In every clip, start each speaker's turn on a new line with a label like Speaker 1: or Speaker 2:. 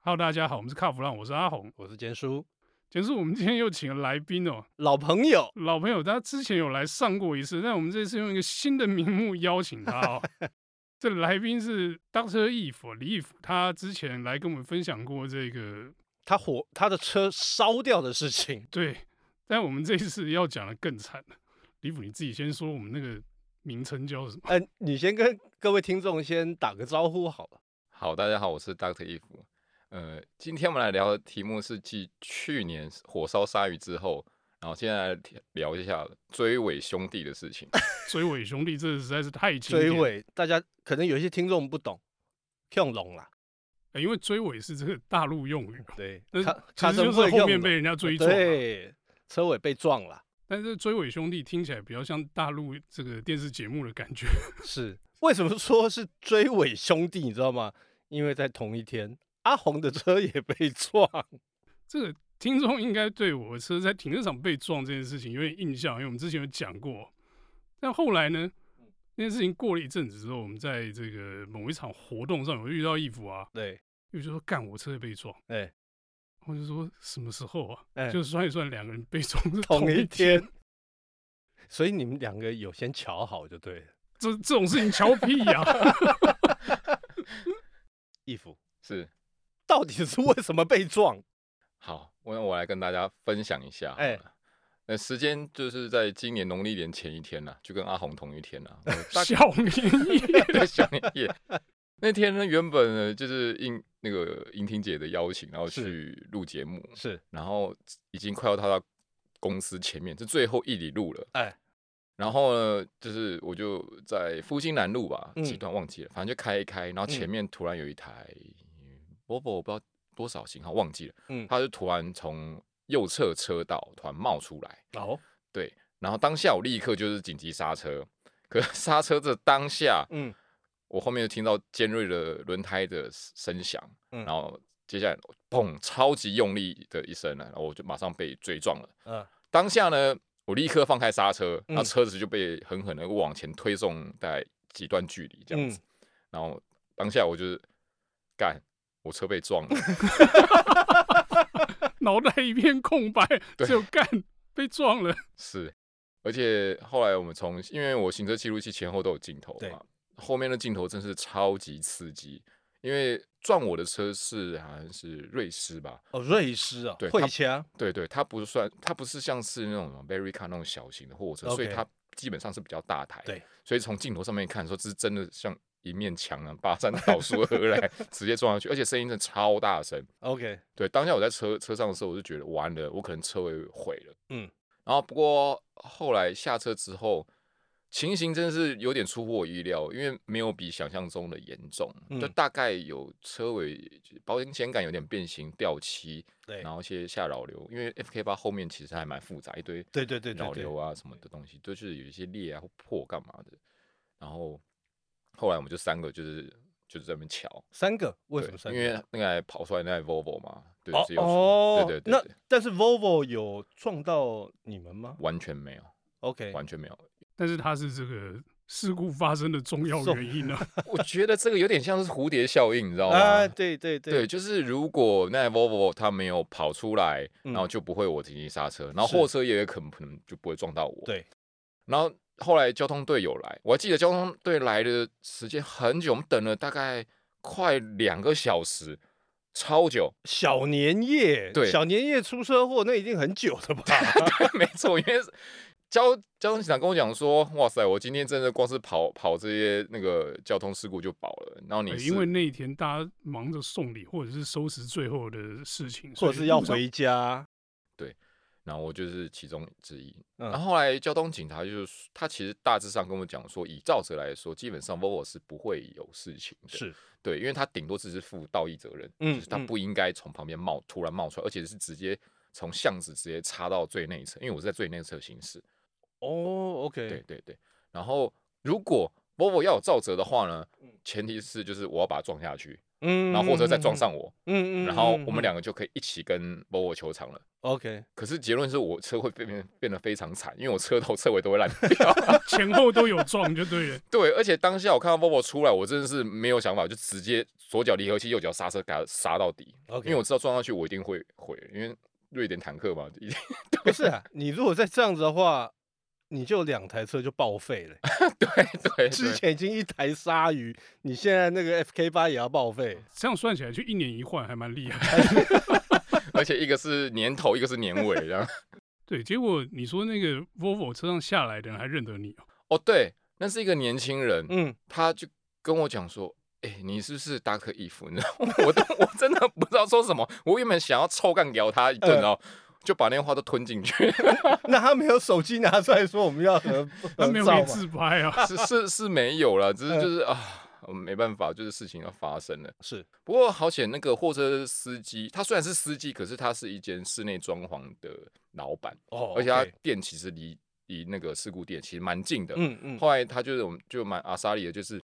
Speaker 1: Hello，大家好，我们是卡弗朗，我是阿红。
Speaker 2: 我是坚叔，
Speaker 1: 就是我们今天又请了来宾哦，
Speaker 2: 老朋友，
Speaker 1: 老朋友，他之前有来上过一次，但我们这次用一个新的名目邀请他 哦。这来宾是 Doctor Eve 李 Eve，他之前来跟我们分享过这个
Speaker 2: 他火他的车烧掉的事情，
Speaker 1: 对，但我们这一次要讲的更惨了。李 Eve 你自己先说，我们那个名称叫什么？
Speaker 2: 呃，你先跟各位听众先打个招呼好了。
Speaker 3: 好，大家好，我是 Doctor 伊芙。呃，今天我们来聊的题目是继去年火烧鲨鱼之后，然后现在来聊一下追尾兄弟的事情。
Speaker 1: 追尾兄弟，这实在是太经
Speaker 2: 追
Speaker 1: 典了。
Speaker 2: 尾，大家可能有一些听众不懂，恐龙啦，
Speaker 1: 呃因为追尾是这个大陆用语嘛，哦
Speaker 2: 对
Speaker 1: 那，
Speaker 2: 卡卡
Speaker 1: 其实
Speaker 2: 车
Speaker 1: 就是
Speaker 2: 会
Speaker 1: 后
Speaker 2: 用
Speaker 1: 面
Speaker 2: 的呃
Speaker 1: 被人家追撞嘛。
Speaker 2: 对，车尾被撞了，
Speaker 1: 但是追尾兄弟听起来比较像大陆这个电视节目的感觉。
Speaker 2: 是为什么说是追尾兄弟？你知道吗？因为在同一天，阿红的车也被撞，
Speaker 1: 这个听众应该对我的车在停车场被撞这件事情有点印象，因为我们之前有讲过。但后来呢，
Speaker 2: 嗯
Speaker 1: 那件事情过了一阵子之后，我们在这个某一场活动上有遇到义父啊，
Speaker 2: 对，
Speaker 1: 义父就说干我车被撞，
Speaker 2: 哎
Speaker 1: 我就说什么时候啊？
Speaker 2: 哎，
Speaker 1: 就算一算，两个人被撞是
Speaker 2: 同
Speaker 1: 一
Speaker 2: 一天，所以你们两个有先瞧好就对了，
Speaker 1: 这这种事情瞧屁呀、
Speaker 2: 衣服。
Speaker 3: 是，
Speaker 2: 到底是为什么被撞？
Speaker 3: 好，我我来跟大家分享一下。
Speaker 2: 哎
Speaker 3: 哎，那时间就是在今年农历年前一天啦，就跟阿红同一天啦。我大
Speaker 1: 小明一
Speaker 3: 在想念夜。那天呢，原本呢就是应那个莹婷姐的邀请，然后
Speaker 2: 是
Speaker 3: 去录节目，
Speaker 2: 是
Speaker 3: 然后已经快要到她公司前面，这最后一里路了。
Speaker 2: 哎，
Speaker 3: 然后呢，就是我就在复兴南路吧，
Speaker 2: 嗯
Speaker 3: 几段忘记了，反正就开一开，然后前
Speaker 2: 嗯
Speaker 3: 面突然有一台 Volvo，我不知道多少型号忘记了，
Speaker 2: 嗯
Speaker 3: 它就突然从右侧车道突然冒出来，
Speaker 2: 哦，
Speaker 3: 对，然后当下我立刻就是紧急刹车，可是刹车这当下，
Speaker 2: 嗯，
Speaker 3: 我后面就听到尖锐的轮胎的声响，
Speaker 2: 嗯
Speaker 3: 然后接下来砰，超级用力的一声呢，然后我就马上被追撞了。
Speaker 2: 嗯，
Speaker 3: 当下呢，我立刻放开刹车，
Speaker 2: 嗯
Speaker 3: 然后车子就被狠狠的往前推送大概几段距离这样子，
Speaker 2: 嗯
Speaker 3: 然后当下我就是干，我车被 撞了，
Speaker 1: 脑袋一片空白，
Speaker 3: 对
Speaker 1: 只有干被撞了。
Speaker 3: 是，而且后来我们从，因为我行车记录器前后都有镜头
Speaker 2: 对
Speaker 3: 嘛，后面的镜头真是超级刺激，因为撞我的车是好像是瑞士吧，
Speaker 2: 哦，瑞士啊，
Speaker 3: 对
Speaker 2: 会
Speaker 3: 他
Speaker 2: 枪，
Speaker 3: 对对，它不算，它不是像是那种什么 Verica 那种小型的货车
Speaker 2: OK
Speaker 3: 所以它基本上是比较大台，
Speaker 2: 对，
Speaker 3: 所以从镜头上面看，说这是真的像一面墙啊，跋山倒树而来， 直接撞上去，而且声音真的超大声，
Speaker 2: OK，
Speaker 3: 对，当下我在车车上的时候，我就觉得完了，我可能车尾毁了。
Speaker 2: 嗯，
Speaker 3: 然后不过后来下车之后，情形真是有点出乎我意料，因为没有比想象中的严重，就
Speaker 2: 嗯
Speaker 3: 大概有车尾就保险杆有点变形、掉漆，
Speaker 2: 对，
Speaker 3: 然后一些下扰流。因为 FK 八后面其实还蛮复杂，一堆
Speaker 2: 对对对对
Speaker 3: 扰
Speaker 2: 对
Speaker 3: 流啊什么的东西，就是有一些裂啊或破干嘛的。然后后来我们就三个就是就是在那边瞧，
Speaker 2: 三个，为
Speaker 3: 对
Speaker 2: 什么三个？
Speaker 3: 因为那台跑出来那台 Volvo 嘛，对，
Speaker 2: 哦
Speaker 3: 只有出
Speaker 2: 哦，
Speaker 3: 对对对
Speaker 2: 那
Speaker 3: 对
Speaker 2: 但是 Volvo 有撞到你们吗
Speaker 3: 完全没有，
Speaker 2: ？OK，
Speaker 3: 完全没有。
Speaker 1: 但是它是这个事故发生的重要
Speaker 2: 重
Speaker 1: 原因啊 呢、
Speaker 3: 我觉得这个有点像是蝴蝶效应，你知道吗？
Speaker 2: 啊，对对
Speaker 3: 对，，就是如果那台 Volvo 它没有跑出来，然后
Speaker 2: 嗯
Speaker 3: 就不会我紧急刹车，然后
Speaker 2: 是
Speaker 3: 货车也有可能可能就不会撞到我。
Speaker 2: 对，
Speaker 3: 然后后来交通队有来，我还记得交通队来的时间很久，我们等了大概快两个小时，超久。
Speaker 2: 小年夜，
Speaker 3: 对
Speaker 2: 小年夜出车祸那已经很久了 吧？
Speaker 3: 没错，因为交交通警察跟我讲说，哇塞，我今天真的光是跑跑这些那个交通事故就饱了。然后你
Speaker 1: 呃
Speaker 3: 是
Speaker 1: 因为那一天大家忙着送礼或者是收拾最后的事情，
Speaker 2: 或
Speaker 1: 所
Speaker 2: 者
Speaker 1: 以
Speaker 2: 是要
Speaker 1: 路上
Speaker 2: 回家？
Speaker 3: 然后我就是其中之一。
Speaker 2: 嗯
Speaker 3: 然后后来交通警察就是他其实大致上跟我讲说，以照则来说，基本上 Volvo 是不会有事情的，
Speaker 2: 是，
Speaker 3: 对，因为他顶多只是负道义责任，
Speaker 2: 嗯
Speaker 3: 就是他
Speaker 2: 嗯
Speaker 3: 不应该从旁边冒突然冒出来，而且是直接从巷子直接插到最内侧，因为我是在最内侧行驶，
Speaker 2: 哦
Speaker 3: 对
Speaker 2: ，OK，
Speaker 3: 对对。然后如果 Volvo 要有照责的话呢
Speaker 2: 嗯，
Speaker 3: 前提是就是我要把它撞下去，
Speaker 2: 嗯，
Speaker 3: 然后货车再撞上我，
Speaker 2: 嗯，嗯嗯，
Speaker 3: 然后我们
Speaker 2: 俩
Speaker 3: 两个就可以一起跟 Volvo 球场了。
Speaker 2: OK，
Speaker 3: 可是结论是我车会变变得非常惨，因为我车头车尾都会烂掉。
Speaker 1: 前后都有撞就对了。
Speaker 3: 对，而且当下我看到 Volvo 出来，我真的是没有想法，就直接左脚离合器，右脚刹车，给它刹到底。
Speaker 2: OK
Speaker 3: 因为我知道撞上去我一定会毁，因为瑞典坦克嘛，一定
Speaker 2: 不是啊，你如果再这样子的话，你就两台车就报废了。
Speaker 3: 对
Speaker 2: 之
Speaker 3: 对
Speaker 2: 前已经一台鲨鱼，你现在那个 FK 八也要报废。
Speaker 1: 这样算起来就一年一换，还蛮厉害。
Speaker 3: 而且一个是年头，一个是年尾，这样。
Speaker 1: 对，结果你说那个 Volvo 车上下来的人还认得你哦，
Speaker 3: 哦，对，那是一个年轻人，
Speaker 2: 嗯，
Speaker 3: 他就跟我讲说。哎、你是不是达克伊 夫？你知道吗，我都我真的不知道说什么。我原本想要臭干掉他一顿，
Speaker 2: 呃
Speaker 3: 然后就把那些话都吞进去。
Speaker 2: 那他没有手机拿出来说我们要合
Speaker 1: 他
Speaker 2: 合
Speaker 1: 没有
Speaker 2: 照
Speaker 1: 被
Speaker 2: 吗？
Speaker 1: 自拍啊。
Speaker 3: 是是是没有了，只是
Speaker 2: 嗯
Speaker 3: 就是啊，我没办法，就是事情要发生了。
Speaker 2: 是
Speaker 3: 不过好险，那个货车司机他虽然是司机，可是他是一间室内装潢的老板，
Speaker 2: 哦，
Speaker 3: 而且他
Speaker 2: OK
Speaker 3: 店其实离离那个事故店其实蛮近的。
Speaker 2: 嗯嗯，
Speaker 3: 后来他就是我们就蛮阿莎利的，就是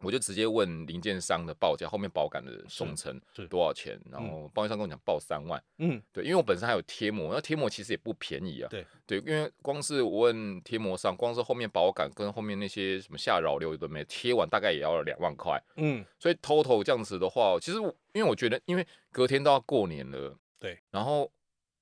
Speaker 3: 我就直接问零件商的报价，后面保杆的总成
Speaker 2: 是
Speaker 3: 多少钱，然
Speaker 2: 嗯
Speaker 3: 后保险商跟我讲报三万。
Speaker 2: 嗯
Speaker 3: 对，因为我本身还有贴膜，那贴膜其实也不便宜啊。
Speaker 2: 对
Speaker 3: 因为光是我问贴膜上，光是后面保杆跟后面那些什么下扰流有的没贴完，大概也要两万块。
Speaker 2: 嗯
Speaker 3: 所以 total 这样子的话，其实我因为我觉得，因为隔天都要过年了，
Speaker 2: 对，
Speaker 3: 然后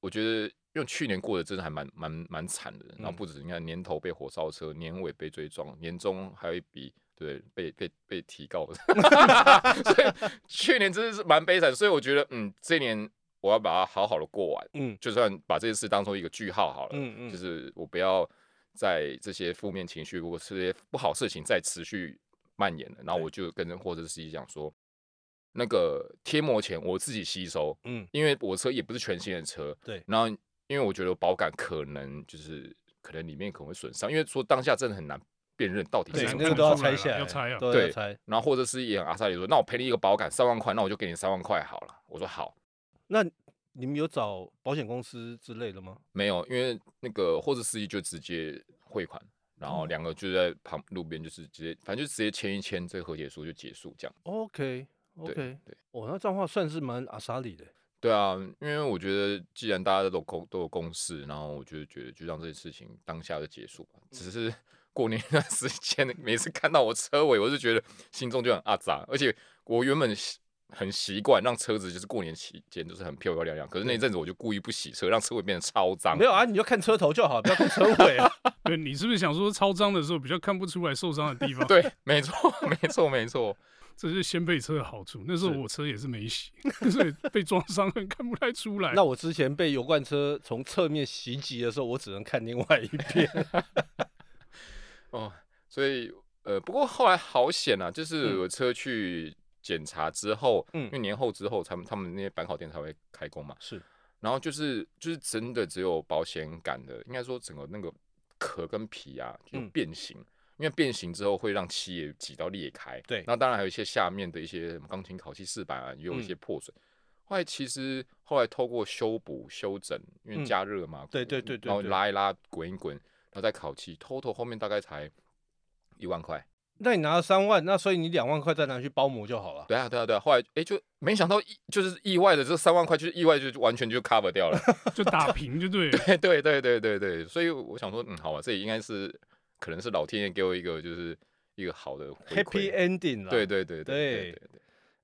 Speaker 3: 我觉得。因为去年过得真的还蛮蛮蛮惨的，然后
Speaker 2: 嗯
Speaker 3: 不止你看年头被火烧车，年尾被追撞，年终还有一笔对被被被提告的， 所以去年真的是蛮悲惨。所以我觉得，嗯，这一年我要把它好好的过完，
Speaker 2: 嗯
Speaker 3: 就算把这件事当做一个句号好了，
Speaker 2: 嗯嗯，
Speaker 3: 呃就是我不要在这些负面情绪或是这些不好事情再持续蔓延了。然后我就跟货车司机讲说，那个贴膜钱我自己吸收，
Speaker 2: 嗯
Speaker 3: 因为我车也不是全新的车，
Speaker 2: 对
Speaker 3: 然后因为我觉得保杆可能就是可能里面可能会损伤，因为说当下真的很难辨认到底
Speaker 1: 对
Speaker 3: 是
Speaker 2: 对，
Speaker 3: 什么
Speaker 2: 那个
Speaker 3: 状
Speaker 2: 都要
Speaker 1: 出
Speaker 3: 况。
Speaker 1: 来了
Speaker 2: 拆下来，
Speaker 1: 要拆啊
Speaker 2: 都要
Speaker 3: 对
Speaker 2: 拆。
Speaker 3: 然后货车司机也很阿萨里说，那我赔你一个保杆三万块，那我就给你三万块好了。我说好。
Speaker 2: 那你们有找保险公司之类的吗？
Speaker 3: 没有，因为那个货车司机就直接汇款，然
Speaker 2: 哦
Speaker 3: 后两个就在旁路边，就是直接，反正就直接签一签这个和解书就结束这样。
Speaker 2: 哦 OK
Speaker 3: 对
Speaker 2: OK，
Speaker 3: 对
Speaker 2: 哦，那这样的话算是蛮阿莎里的。
Speaker 3: 对啊，因为我觉得既然大家都有共都有共识，然后我就觉得就让这件事情当下就结束吧。
Speaker 2: 嗯
Speaker 3: 只是过年那段时间，每次看到我车尾，我就觉得心中就很阿杂，而且我原本习很习惯让车子就是过年期间就是很漂漂亮亮，可是那阵子我就故意不洗车，让车尾变得超脏
Speaker 2: 没。有啊，你就看车头就好，不要看车尾啊。
Speaker 1: 对你是不是想说超脏的时候比较看不出来受伤的地方？
Speaker 3: 对，没错，没错，没错。
Speaker 1: 这是掀背车的好处。那时候
Speaker 2: 是
Speaker 1: 我车也是没洗， 所以被撞伤很看不太出
Speaker 3: 哎
Speaker 1: 来。
Speaker 2: 那我之前被油罐车从侧面袭击的时候，我只能看另外 一边。
Speaker 3: 哦，所以呃，不过后来好险啊，就是
Speaker 2: 嗯
Speaker 3: 我车去检查之后，
Speaker 2: 嗯
Speaker 3: 因为年后之后，他们他们那些板烤店才会开工嘛，
Speaker 2: 是，
Speaker 3: 然后就是就是真的只有保险杆的，应该说整个那个壳跟皮啊就
Speaker 2: 嗯
Speaker 3: 变形。因为变形之后会让漆也挤到裂开，
Speaker 2: 对
Speaker 3: 那当然还有一些下面的一些什么钢琴烤漆饰板啊，也有一些
Speaker 2: 嗯
Speaker 3: 破损。后来其实后来透过修补、修整，因为
Speaker 2: 嗯
Speaker 3: 加热嘛，
Speaker 2: 对对对对
Speaker 3: 然后
Speaker 2: 对
Speaker 3: 拉一拉、滚一滚，然后再烤漆，total 后面大概才一万块。
Speaker 2: 那你拿了三万，那所以你两万块再拿去包膜就好了。
Speaker 3: 对啊，对啊，对啊。后来哎、诶就没想到意就是意外的这三万块，就是意外就完全就 cover 掉了。
Speaker 1: 就打平就对了。
Speaker 3: 对对对对对对，所以我想说，嗯，好吧，这也应该是可能是老天爷给我一个就是一个好的回
Speaker 2: Happy
Speaker 3: 馈。
Speaker 2: ending 啦。
Speaker 3: 对对对对
Speaker 2: 对
Speaker 3: 对对，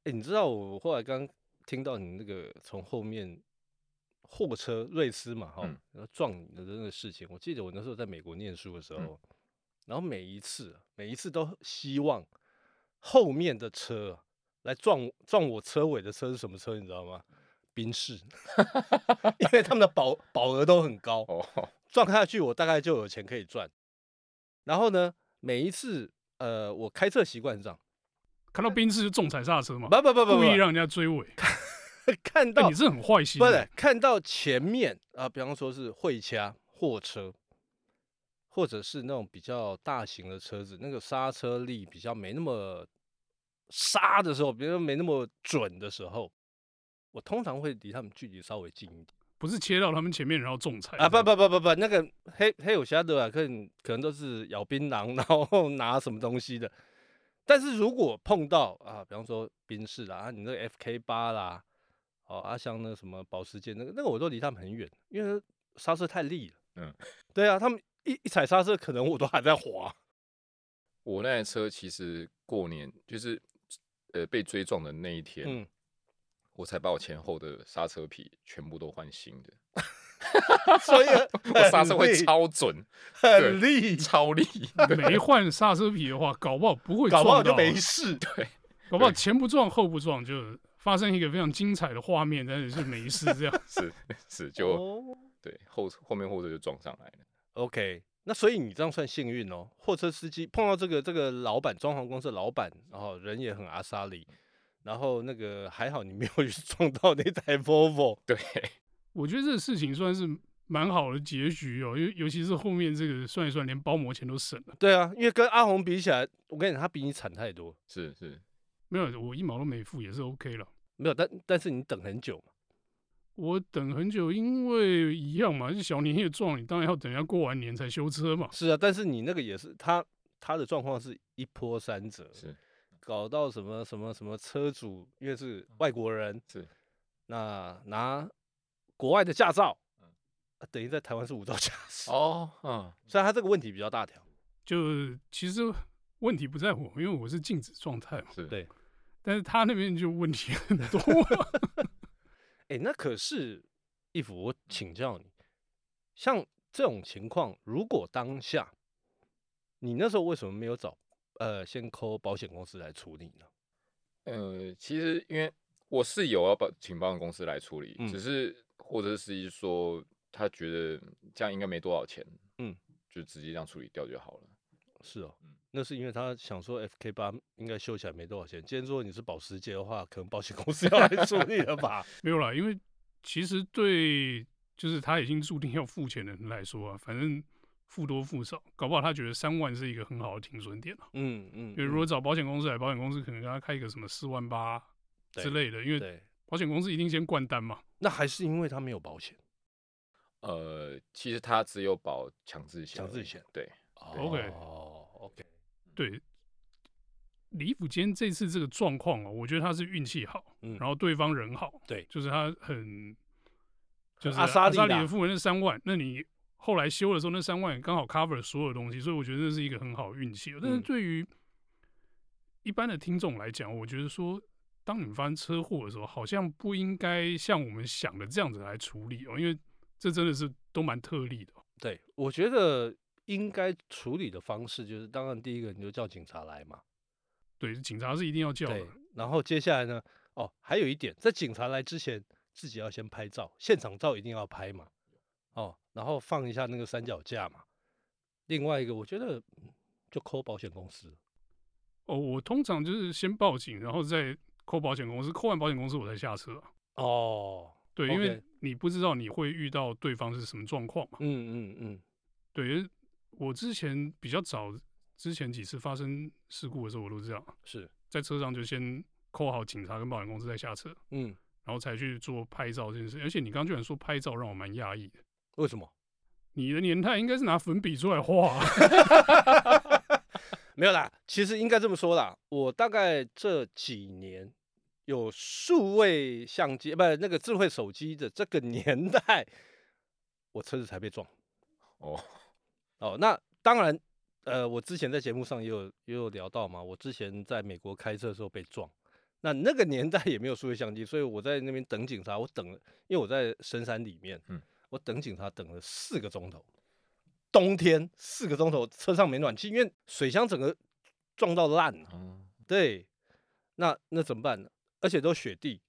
Speaker 2: 哎、你知道我后来刚听到你那个从后面货车瑞斯嘛哈，
Speaker 3: 嗯
Speaker 2: 然后撞你的那个事情，我记得我那时候在美国念书的时候，
Speaker 3: 嗯
Speaker 2: 然后每一次啊每一次都希望后面的车啊来撞撞我车尾的车是什么车，你知道吗？宾士，因为他们的保保额都很高，
Speaker 3: 哦，
Speaker 2: 撞下去，我大概就有钱可以赚。然后呢，每一次呃，我开车习惯是这样，
Speaker 1: 看到宾士就重踩刹车嘛，
Speaker 2: 不不不不不
Speaker 1: 故意让人家追尾。
Speaker 2: 不， 看
Speaker 1: 那
Speaker 2: 到
Speaker 1: 你是很坏心
Speaker 2: 不
Speaker 1: 欸，
Speaker 2: 是看到前面啊、比方说是会掐货车，或者是那种比较大型的车子，那个刹车力比较没那么刹的时候，比如说没那么准的时候，我通常会离他们距离稍微近一点。
Speaker 1: 不是切到他们前面然后重踩
Speaker 2: 啊不不不不不，那个 黑黑有侠的啊，可能可能都是咬槟榔，然后拿什么东西的。但是如果碰到啊，比方说宾士啦，啊，你那个 FK 八啦，哦，啊，像那个什么保时捷那个那个，我都离他们很远，因为刹车太力了。
Speaker 3: 嗯，
Speaker 2: 对啊，他们一一踩刹车，可能我都还在 滑。
Speaker 3: 我那台车其实过年就是呃被追撞的那一天，
Speaker 2: 嗯，
Speaker 3: 我才把我前后的刹车皮全部都换 新的，
Speaker 2: 所以
Speaker 3: 我刹车会
Speaker 2: 很力
Speaker 3: 超准、
Speaker 2: 很力，
Speaker 3: 超力。
Speaker 1: 没换刹车皮的话，搞不好不会
Speaker 2: 搞
Speaker 1: 撞
Speaker 2: 不
Speaker 1: 到啊，
Speaker 2: 好就没事。
Speaker 3: 对，。
Speaker 1: 搞不好前不撞后不撞，就发生一个非常精彩的画面，但是是没事这样
Speaker 3: 是是就、
Speaker 2: 哦
Speaker 3: 对后后面货车就撞上来了。
Speaker 2: OK，那所以你这样算幸运哦。货车司机碰到这个这个老板，装潢公司的老板，然后人也很阿莎里，然后那个还好你没有 去撞到那台 Volvo。
Speaker 3: 对，
Speaker 1: 我觉得这个事情算是蛮好的结局哦，尤尤其是后面这个算一算，连包膜钱都省了，
Speaker 2: 对啊，因为跟阿红比起来，我跟你讲，他比你惨太多。
Speaker 3: 是是，
Speaker 1: 没有我一毛都没付也是 OK 了。
Speaker 2: 没有，但但是你等很久嘛。
Speaker 1: 我等很久，因为一样嘛，是小年夜撞你，当然要等人家过完年才修车嘛。
Speaker 2: 是啊，但是你那个也是他他的状况是一波三折，
Speaker 3: 是
Speaker 2: 搞到什么什么什么车主，因为是外国人，
Speaker 3: 嗯是
Speaker 2: 那拿国外的驾照，
Speaker 3: 嗯
Speaker 2: 啊等于在台湾是无照驾驶。
Speaker 3: 哦，嗯，
Speaker 2: 所以他这个问题比较大条。
Speaker 1: 就其实问题不在我，因为我是静止状态嘛。
Speaker 3: 是
Speaker 2: 对
Speaker 1: 但是他那边就问题很多，
Speaker 2: 哎、那可是义父，我请教你，像这种情况，如果当下你那时候为什么没有找呃先扣保险公司来处理呢？
Speaker 3: 呃，其实因为我是有要把请保险公司来处理，
Speaker 2: 嗯
Speaker 3: 只是或者是司机说他觉得这样应该没多少钱，
Speaker 2: 嗯，
Speaker 3: 就直接这样处理掉就好了。
Speaker 2: 是哦
Speaker 3: 嗯，
Speaker 2: 那是因为他想说 FK 八应该修起来没多少钱。今天如果你是保时捷的话，可能保险公司要来处理了 吧？
Speaker 1: 没有啦，因为其实对就是他已经注定要付钱的人来说啊，反正付多付少，搞不好他觉得三万是一个很好的停损点啊。
Speaker 2: 嗯嗯，
Speaker 1: 因为
Speaker 2: 嗯
Speaker 1: 如果找保险公司来，保险公司可能给他开一个什么四万八之类的，因为
Speaker 2: 对，
Speaker 1: 保险公司一定先灌单嘛。
Speaker 2: 那还是因为他没有保险。
Speaker 3: 呃，其实他只有保强制险而
Speaker 2: 强
Speaker 3: 已，
Speaker 2: 制险
Speaker 3: 对，
Speaker 1: OK
Speaker 2: 哦，OK，
Speaker 1: 对，李府坚这次这个状况哦，我觉得他是运气好，
Speaker 2: 嗯
Speaker 1: 然后对方人好，
Speaker 2: 对
Speaker 1: 就是他很，就是
Speaker 2: 阿莎
Speaker 1: 莎
Speaker 2: 莉
Speaker 1: 里
Speaker 2: 啦
Speaker 1: 的付了那三万，那你后来修的时候那三万刚好 cover 所有东西，所以我觉得这是一个很好的运气哦。但是
Speaker 2: 嗯
Speaker 1: 对于一般的听众来讲，我觉得说。当你们发生车祸的时候，好像不应该像我们想的这样子来处理哦，因为这真的是都蛮特例的哦。
Speaker 2: 对，我觉得应该处理的方式就是，当然第一个你就叫警察来嘛，
Speaker 1: 对，警察是一定要叫的啊
Speaker 2: 对。，然后接下来呢，哦，还有一点，在警察来之前，自己要先拍照，现场照一定要拍嘛，哦，然后放一下那个三脚架嘛。另外一个，我觉得嗯就扣保险公司，
Speaker 1: 哦，我通常就是先报警，然后再扣保险公司，扣完保险公司我才下车啊、
Speaker 2: 哦，
Speaker 1: 对因
Speaker 2: OK
Speaker 1: 为你不知道你会遇到对方是什么状况嘛。
Speaker 2: 嗯嗯嗯，
Speaker 1: 对，因为我之前比较早，之前几次发生事故的时候，我都这样，
Speaker 2: 是，
Speaker 1: 在车上就先扣好警察跟保险公司再下车，
Speaker 2: 嗯，
Speaker 1: 然后才去做拍照这件事。而且你刚刚居然说拍照，让我蛮讶异的。
Speaker 2: 为什么？
Speaker 1: 你的年代应该是拿粉笔出来画、啊，
Speaker 2: 没有啦，其实应该这么说啦，我大概这几年有数位相机，不，那个智慧手机的这个年代，我车子才被撞。
Speaker 3: 哦，
Speaker 2: 哦，那当然，呃，我之前在节目上也有也有聊到嘛，我之前在美国开车的时候被撞，那那个年代也没有数位相机，所以我在那边等警察，我等了，因为我在深山里面，
Speaker 3: 嗯
Speaker 2: 我等警察等了四个钟头，冬天四个钟头，车上没暖气，因为水箱整个撞到烂了，
Speaker 3: 嗯，
Speaker 2: 对，那那怎么办呢？而且都雪地，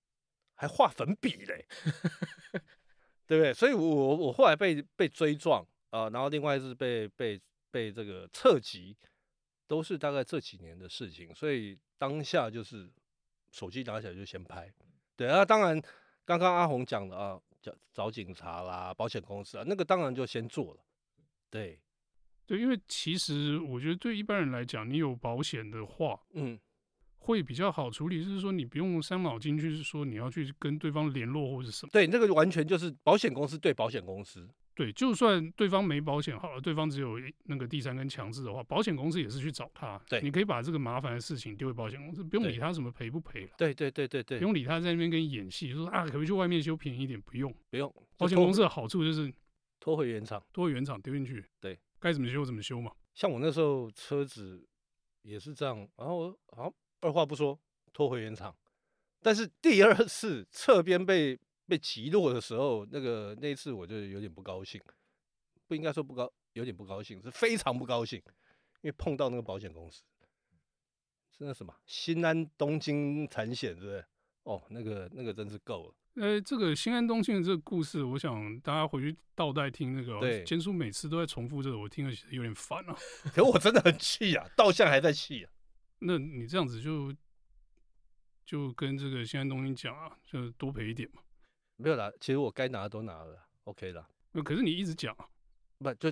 Speaker 2: 还画粉笔嘞， 对不对？所以我我我后来被被追撞啊、呃然后另外是被被被这个侧击，都是大概这几年的事情，所以当下就是手机拿起来就先拍，对啊，当然刚刚阿红讲的啊，找找警察啦、保险公司啊，那个当然就先做了，对，
Speaker 1: 对，因为其实我觉得对一般人来讲，你有保险的话，
Speaker 2: 嗯，
Speaker 1: 会比较好处理，就是说你不用伤脑筋去说你要去跟对方联络或者什么。
Speaker 2: 对，那个完全就是保险公司对保险公司，
Speaker 1: 对，就算对方没保险好了，对方只有一那个第三根强制的话，保险公司也是去找他。
Speaker 2: 对
Speaker 1: 你可以把这个麻烦的事情丢给保险公司，不用
Speaker 2: 对
Speaker 1: 理他什么赔不赔了，
Speaker 2: 对对对对对，
Speaker 1: 不用理他在那边跟你演戏，说啊可不可以去外面修便宜一点，不用。
Speaker 2: 不用，
Speaker 1: 保
Speaker 2: 就
Speaker 1: 险
Speaker 2: 拖
Speaker 1: 公
Speaker 2: 回
Speaker 1: 司的好处就是
Speaker 2: 拖回原厂。
Speaker 1: 多原厂丢进去，
Speaker 2: 对，
Speaker 1: 该怎么修怎么修嘛。
Speaker 2: 像我那时候车子也是这样，然后我好像二话不说拖回原厂，但是第二次侧边被被击落的时候，那个那一次我就有点不高兴，不应该说不高，有点不高兴，是非常不高兴，因为碰到那个保险公司，是那什么新安东京产险，是不是？哦，那个那个真是够了，
Speaker 1: 呃，这个新安东信的这个故事，我想大家回去倒带听那个、
Speaker 2: 对
Speaker 1: 哦，坚叔每次都在重复这个，我听了其实有点烦啊。
Speaker 2: 可我真的很气啊，到现在还在气啊。
Speaker 1: 那你这样子就就跟这个新安东信讲啊，就多赔一点嘛。
Speaker 2: 没有啦，其实我该拿的都拿了，OK 啦，
Speaker 1: 那可是你一直讲啊，
Speaker 2: 不就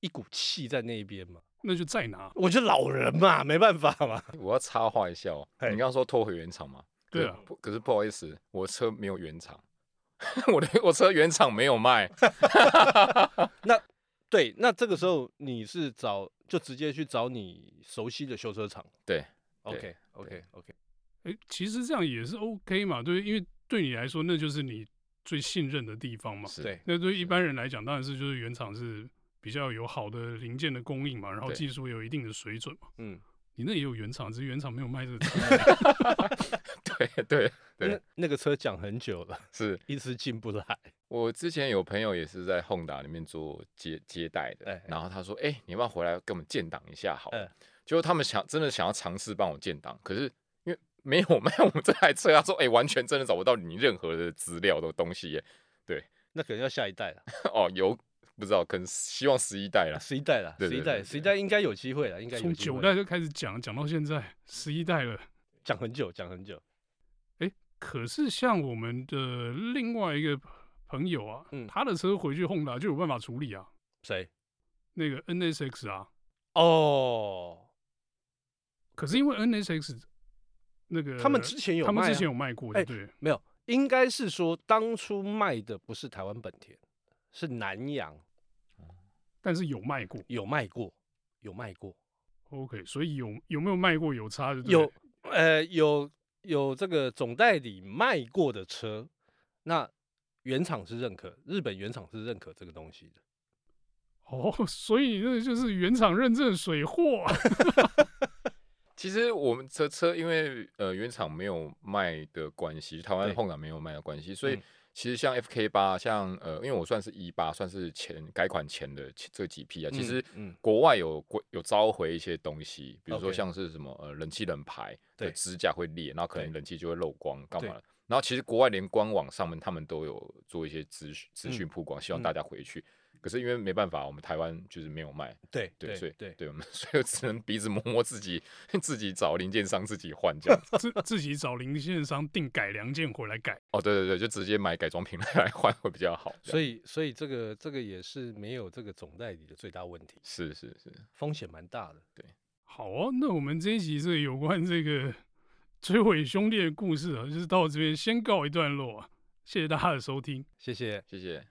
Speaker 2: 一股气在那一边嘛。
Speaker 1: 那就再拿。
Speaker 2: 我就老人嘛，没办法嘛。
Speaker 3: 哎我要插话一下哦，
Speaker 2: 嘿
Speaker 3: 你刚刚说拖回原厂嘛？
Speaker 1: 对啊，
Speaker 3: 不，可是不好意思，我车没有原厂， 我的我车原厂没有卖，
Speaker 2: 对，那这个时候你是找就直接去找你熟悉的修车厂。
Speaker 3: 对
Speaker 2: ，OK
Speaker 3: 对
Speaker 2: OK OK，
Speaker 1: 哎，其实这样也是 OK 嘛，对，因为对你来说那就是你最信任的地方嘛。
Speaker 3: 是
Speaker 2: 哦对，
Speaker 1: 那对一般人来讲，当然是就是原厂是比较有好的零件的供应嘛，然后
Speaker 3: 对
Speaker 1: 技术有一定的水准嘛。
Speaker 2: 嗯，
Speaker 1: 你那也有原厂，只是原厂没有卖这个产品。
Speaker 3: 对对对
Speaker 2: 那那个车讲很久了，
Speaker 3: 是。
Speaker 2: 一直进不来。
Speaker 3: 我之前有朋友也是在 Honda 里面做接接待的，
Speaker 2: 哎哎
Speaker 3: 然后他说：“哎、你要不要回来跟我们建档一下好了？”
Speaker 2: 嗯
Speaker 3: 结果他们想真的想要尝试帮我建档，可是因为没有 卖我们这台车，他说：“哎、完全真的找不到你任何的资料的东西耶。
Speaker 2: 那可能要下一代了，”
Speaker 3: 哦，有不知道，可能希望十一代啦。
Speaker 2: 十一代了，
Speaker 3: 对
Speaker 2: 十一
Speaker 3: 对
Speaker 2: 代，
Speaker 3: 对
Speaker 2: 十一代应该有机会 了，应该有
Speaker 1: 从
Speaker 2: 机会
Speaker 1: 九代就开始讲，讲到现在十一代了。
Speaker 2: 讲很久，讲很久。
Speaker 1: 可是像我们的另外一个朋友啊，
Speaker 2: 嗯
Speaker 1: 他的车回去 Honda 就有办法处理啊，
Speaker 2: 谁？
Speaker 1: 那个 NSX 啊。
Speaker 2: 哦，
Speaker 1: 可是因为 NSX 那个
Speaker 2: 他们之前有
Speaker 1: 他们
Speaker 2: 卖
Speaker 1: 之
Speaker 2: 啊
Speaker 1: 前有卖过，
Speaker 2: 哎
Speaker 1: 对不对？
Speaker 2: 没有，应该是说当初卖的不是台湾本田，是南洋
Speaker 1: 但是有卖过
Speaker 2: 有卖过，有卖过。
Speaker 1: ，OK，所以有有没有卖过有差的？
Speaker 2: 有呃有有这个总代理卖过的车，那原厂是认可，日本原厂是认可这个东西的。
Speaker 1: 哦， 所以那就是原厂认证的水货、啊。
Speaker 3: 其实我们车车因为呃原厂没有卖的关系，台湾
Speaker 2: 对
Speaker 3: Honda 没有卖的关系，所以
Speaker 2: 嗯
Speaker 3: 其实像 FK 八，像呃，因为我算是一八，算是前改款前的前这几批啊。其
Speaker 2: 嗯
Speaker 3: 实
Speaker 2: 嗯
Speaker 3: 国外有国有召回一些东西，比如说
Speaker 2: OK
Speaker 3: 像是什么呃冷气冷排的
Speaker 2: 对
Speaker 3: 支架会裂，然后可能
Speaker 2: 对
Speaker 3: 冷气就会漏光干
Speaker 2: 对
Speaker 3: 嘛的。然后其实国外连官网上面他们都有做一些资讯资
Speaker 2: 嗯
Speaker 3: 讯曝光，希望
Speaker 2: 嗯
Speaker 3: 大家回去。可是因为没办法，我们台湾就是没有卖，
Speaker 2: 对
Speaker 3: 对，所以
Speaker 2: 对，
Speaker 3: 对我们， 所以只能鼻子摸摸自己，自己找零件商自己换这样子。
Speaker 1: 自自己找零件商订改良件回来改，
Speaker 3: 哦，对对对，就直接买改装品来换会比较好。
Speaker 2: 所
Speaker 3: 以
Speaker 2: 以所以这个这个也是没有这个总代理的最大问题，
Speaker 3: 是是是，
Speaker 2: 风险蛮大的。
Speaker 1: 好哦，那我们这一集是有关这个追尾兄弟的故事啊，就是到这边先告一段落啊，谢谢大家的收听。
Speaker 2: 谢谢。
Speaker 3: 谢谢。